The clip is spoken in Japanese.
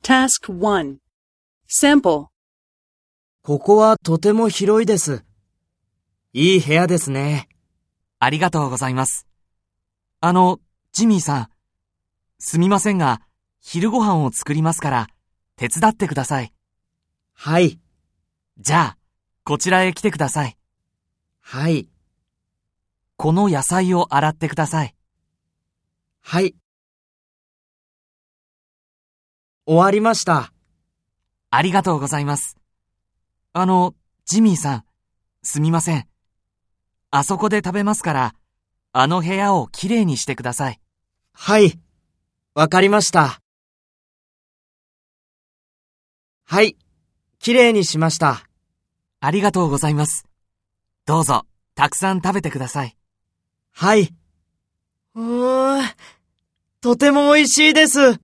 Task 1 Sample ここはとても広いです。いい部屋ですね。ありがとうございます。あの、ジミーさん。すみませんが、昼ご飯を作りますから、手伝ってください。はい、じゃあ、こちらへ来てください。はい、この野菜を洗ってください。はい。終わりました。ありがとうございます。あの、ジミーさん。すみません。あそこで食べますから、あの部屋をきれいにしてください。はい、わかりました。はい、きれいにしました。ありがとうございます。どうぞ、たくさん食べてください。はい。うーん、とても美味しいです。